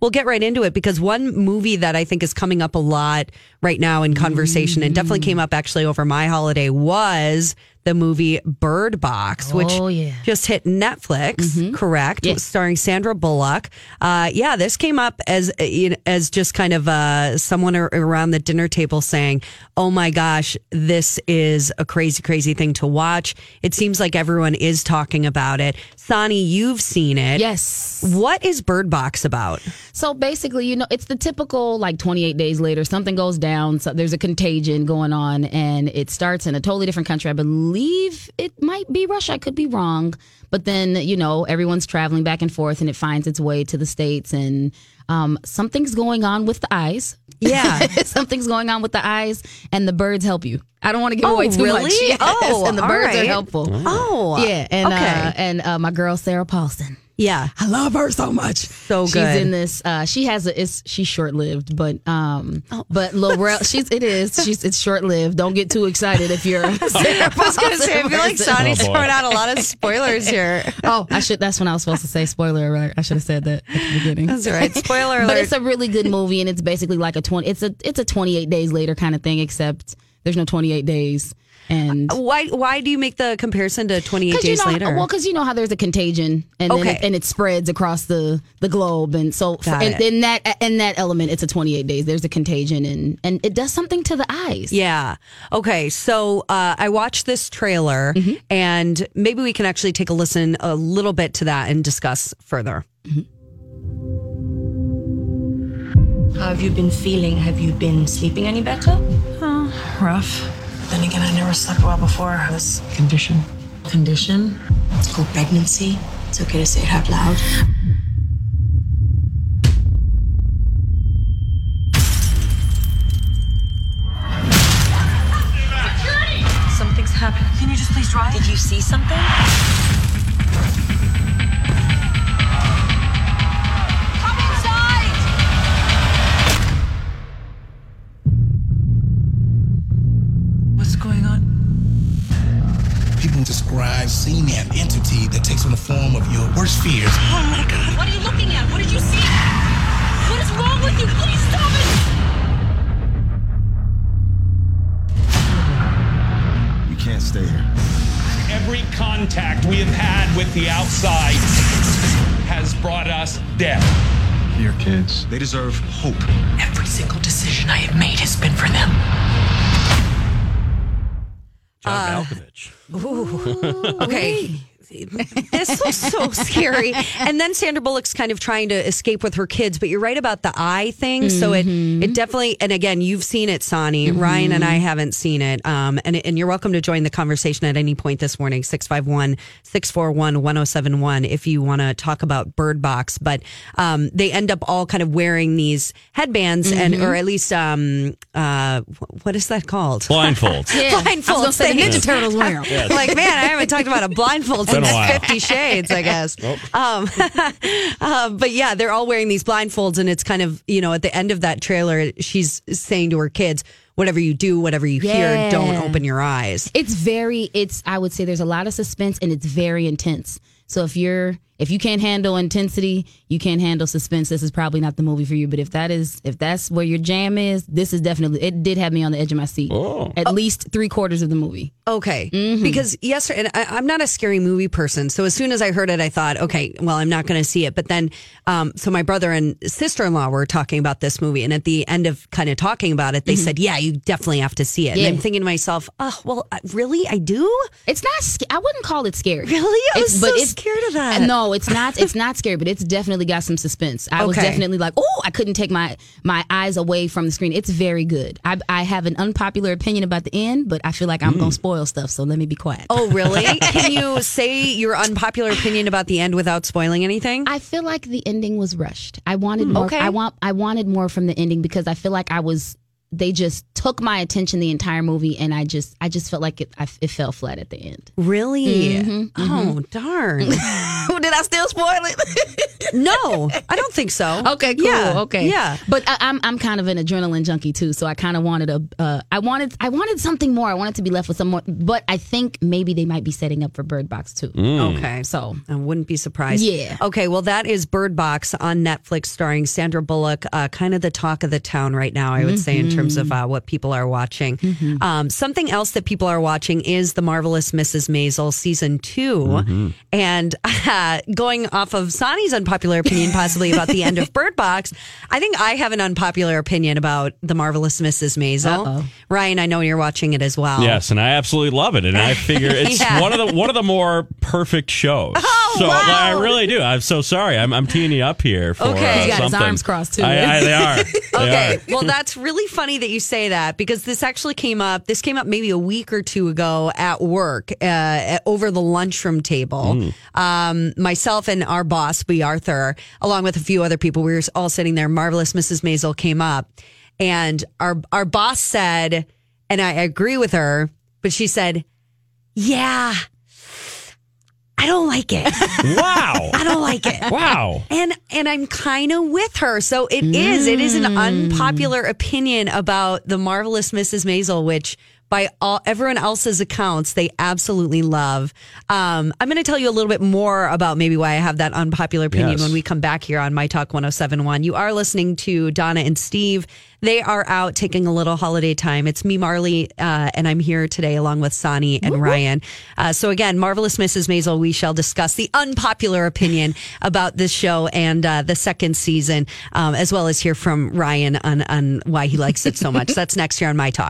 we'll get right into it because one movie that I think is coming up a lot right now in conversation and definitely came up actually over my holiday was the movie Bird Box, which Oh, yeah. Mm-hmm. just hit Netflix, correct? Yes. Starring Sandra Bullock. Uh, yeah, this came up as you know, as just kind of uh, someone ar- around the dinner table saying, "Oh my gosh, this is a crazy, crazy thing to watch." It seems like everyone is talking about it. Sonny, you've seen it. Yes. What is Bird Box about? So basically, you know, it's the typical like 28 days later, something goes down. So there's a contagion going on, and it starts in a totally different country. I believe it might be Russia. I could be wrong. But then, you know, everyone's traveling back and forth, and it finds its way to the States, and um, something's going on with the eyes. Yeah. something's going on with the eyes, and the birds help you. I don't want to give away too really? much. Yes, Oh, and the all birds are right. helpful. Oh, Yeah, and uh, okay, and uh, my girl Sarah Paulson. yeah, I love her so much. so she's good. in this. Uh, she has a. It's she's short lived, but um, Oh. but Laurel. She's it is. She's it's short lived. Don't get too excited if you're. I I was gonna say, I feel like Sonny's Oh, boy. throwing out a lot of spoilers here. Oh, I should. That's when I was supposed to say spoiler alert. I should have said that at the beginning. That's all right. Spoiler alert. But it's a really good movie, and it's basically like a twenty. It's a it's a twenty eight days later kind of thing, except there's no twenty eight days. And uh, Why? Why do you make the comparison to 28 'Cause you days know, later? Well, because you know how there's a contagion, and then Okay. it, and it spreads across the the globe, and so for, Got and, it. in that in that element, it's a 28 days. There's a contagion, and and it does something to the eyes. yeah. Okay. So uh, I watched this trailer, and maybe we can actually take a listen a little bit to that and discuss further. How have you been feeling? Have you been sleeping any better? rough. Then again, I never slept well before this condition. Condition? It's called pregnancy. It's okay to say it out loud. Something's happened. Can you just please drive? Did you see something? Come inside! What's going on? People describe seeing an entity that takes on the form of your worst fears. Oh my god. What are you looking at? What did you see? What is wrong with you? Please stop it! We can't stay here. Every contact we have had with the outside has brought us death. Your kids, they deserve hope. Every single decision I have made has been for them. John Malkovich. Okay. this looks so scary. And then Sandra Bullock's kind of trying to escape with her kids, but you're right about the eye thing. So it it definitely and again, you've seen it, Sonny. Ryan and I haven't seen it. Um and and you're welcome to join the conversation at any point this morning, 651-641-1071 if you want to talk about Bird Box, but um they end up all kind of wearing these headbands and or at least um uh wh- what is that called? Blindfolds. Blindfolds, I was gonna say the thank you. Ninja Turtles wear 'em. Like, man, I haven't talked about a blindfold Been a since while. Fifty Shades, I guess. Um, uh, but yeah, they're all wearing these blindfolds, and it's kind of you know at the end of that trailer, she's saying to her kids, "Whatever you do, whatever you hear, Yeah. don't open your eyes." It's very. It's I would say there's a lot of suspense, and it's very intense. So if you're if you can't handle intensity, you can't handle suspense. This is probably not the movie for you. But if that is if that's where your jam is, this is definitely. It did have me on the edge of my seat. Oh. At least three quarters of the movie. Okay, because yesterday, and I, I'm not a scary movie person, so as soon as I heard it, I thought, okay, well, I'm not going to see it. But then, um, so my brother and sister in law were talking about this movie, and at the end of kind of talking about it, they said, "Yeah, you definitely have to see it." Yeah. And I'm thinking to myself, "Oh, well, I- really, I do." It's not. sc- I wouldn't call it scary. Really? I was so it's- scared of that. No, it's not. It's not scary, but it's definitely got some suspense. I was Okay. definitely like, oh, I couldn't take my my eyes away from the screen. It's very good. I I have an unpopular opinion about the end, but I feel like I'm gonna spoil stuff, so let me be quiet. Oh, really? Can you say your unpopular opinion about the end without spoiling anything? I feel like the ending was rushed. I wanted more. Okay. I want. I wanted more from the ending because I feel like I was they just took my attention the entire movie, and I just I just felt like it I, it fell flat at the end. Really? Oh, darn. Mm-hmm. Did I still spoil it? no, I don't think so. Okay, cool. Yeah, okay, Yeah. But I, I'm I'm kind of an adrenaline junkie too, so I kind of wanted a uh, I wanted I wanted something more. I wanted to be left with some more. But I think maybe they might be setting up for Bird Box too. Okay. So I wouldn't be surprised. Yeah. Okay. Well, that is Bird Box on Netflix, starring Sandra Bullock. Uh, kind of the talk of the town right now, I would say, in terms of uh, what people are watching. Um, something else that people are watching is The Marvelous Mrs. Maisel season 2 and uh, going off of Sonny's unpopular opinion, possibly about the end of Bird Box. I think I have an unpopular opinion about The Marvelous Mrs. Maisel. Ryan, I know you're watching it as well. Yes, and I absolutely love it, and I figure it's Uh-huh. Yeah. one of the one of the more perfect shows. Oh, so like, I wow. really do. I'm so sorry. I'm, I'm teeing you up here for Okay. uh, He's got his something. arms crossed, too. I, I, they are. They Okay. are. well, that's really funny that you say that because this actually came up. This came up maybe a week or two ago at work uh, at- over the lunchroom table. Um, myself and our boss, B. Arthur, along with a few other people, we were all sitting there. Marvelous Mrs. Maisel came up, and our our boss said, and I agree with her, but she said, "Yeah, I don't like it. Wow. I don't like it." Wow. And and I'm kind of with her. So it is. It is an unpopular opinion about the marvelous Mrs. Maisel, which by all everyone else's accounts they absolutely love. Um, I'm going to tell you a little bit more about maybe why I have that unpopular opinion Yes. when we come back here on My Talk 1071. You are listening to Donna and Steve. They are out taking a little holiday time. It's me, Marley, uh, and I'm here today along with Sonny and Ryan. Uh, so, again, Marvelous Mrs. Maisel, we shall discuss the unpopular opinion about this show and uh, the second season, um, as well as hear from Ryan on, on why he likes it so much. That's next here on My Talk.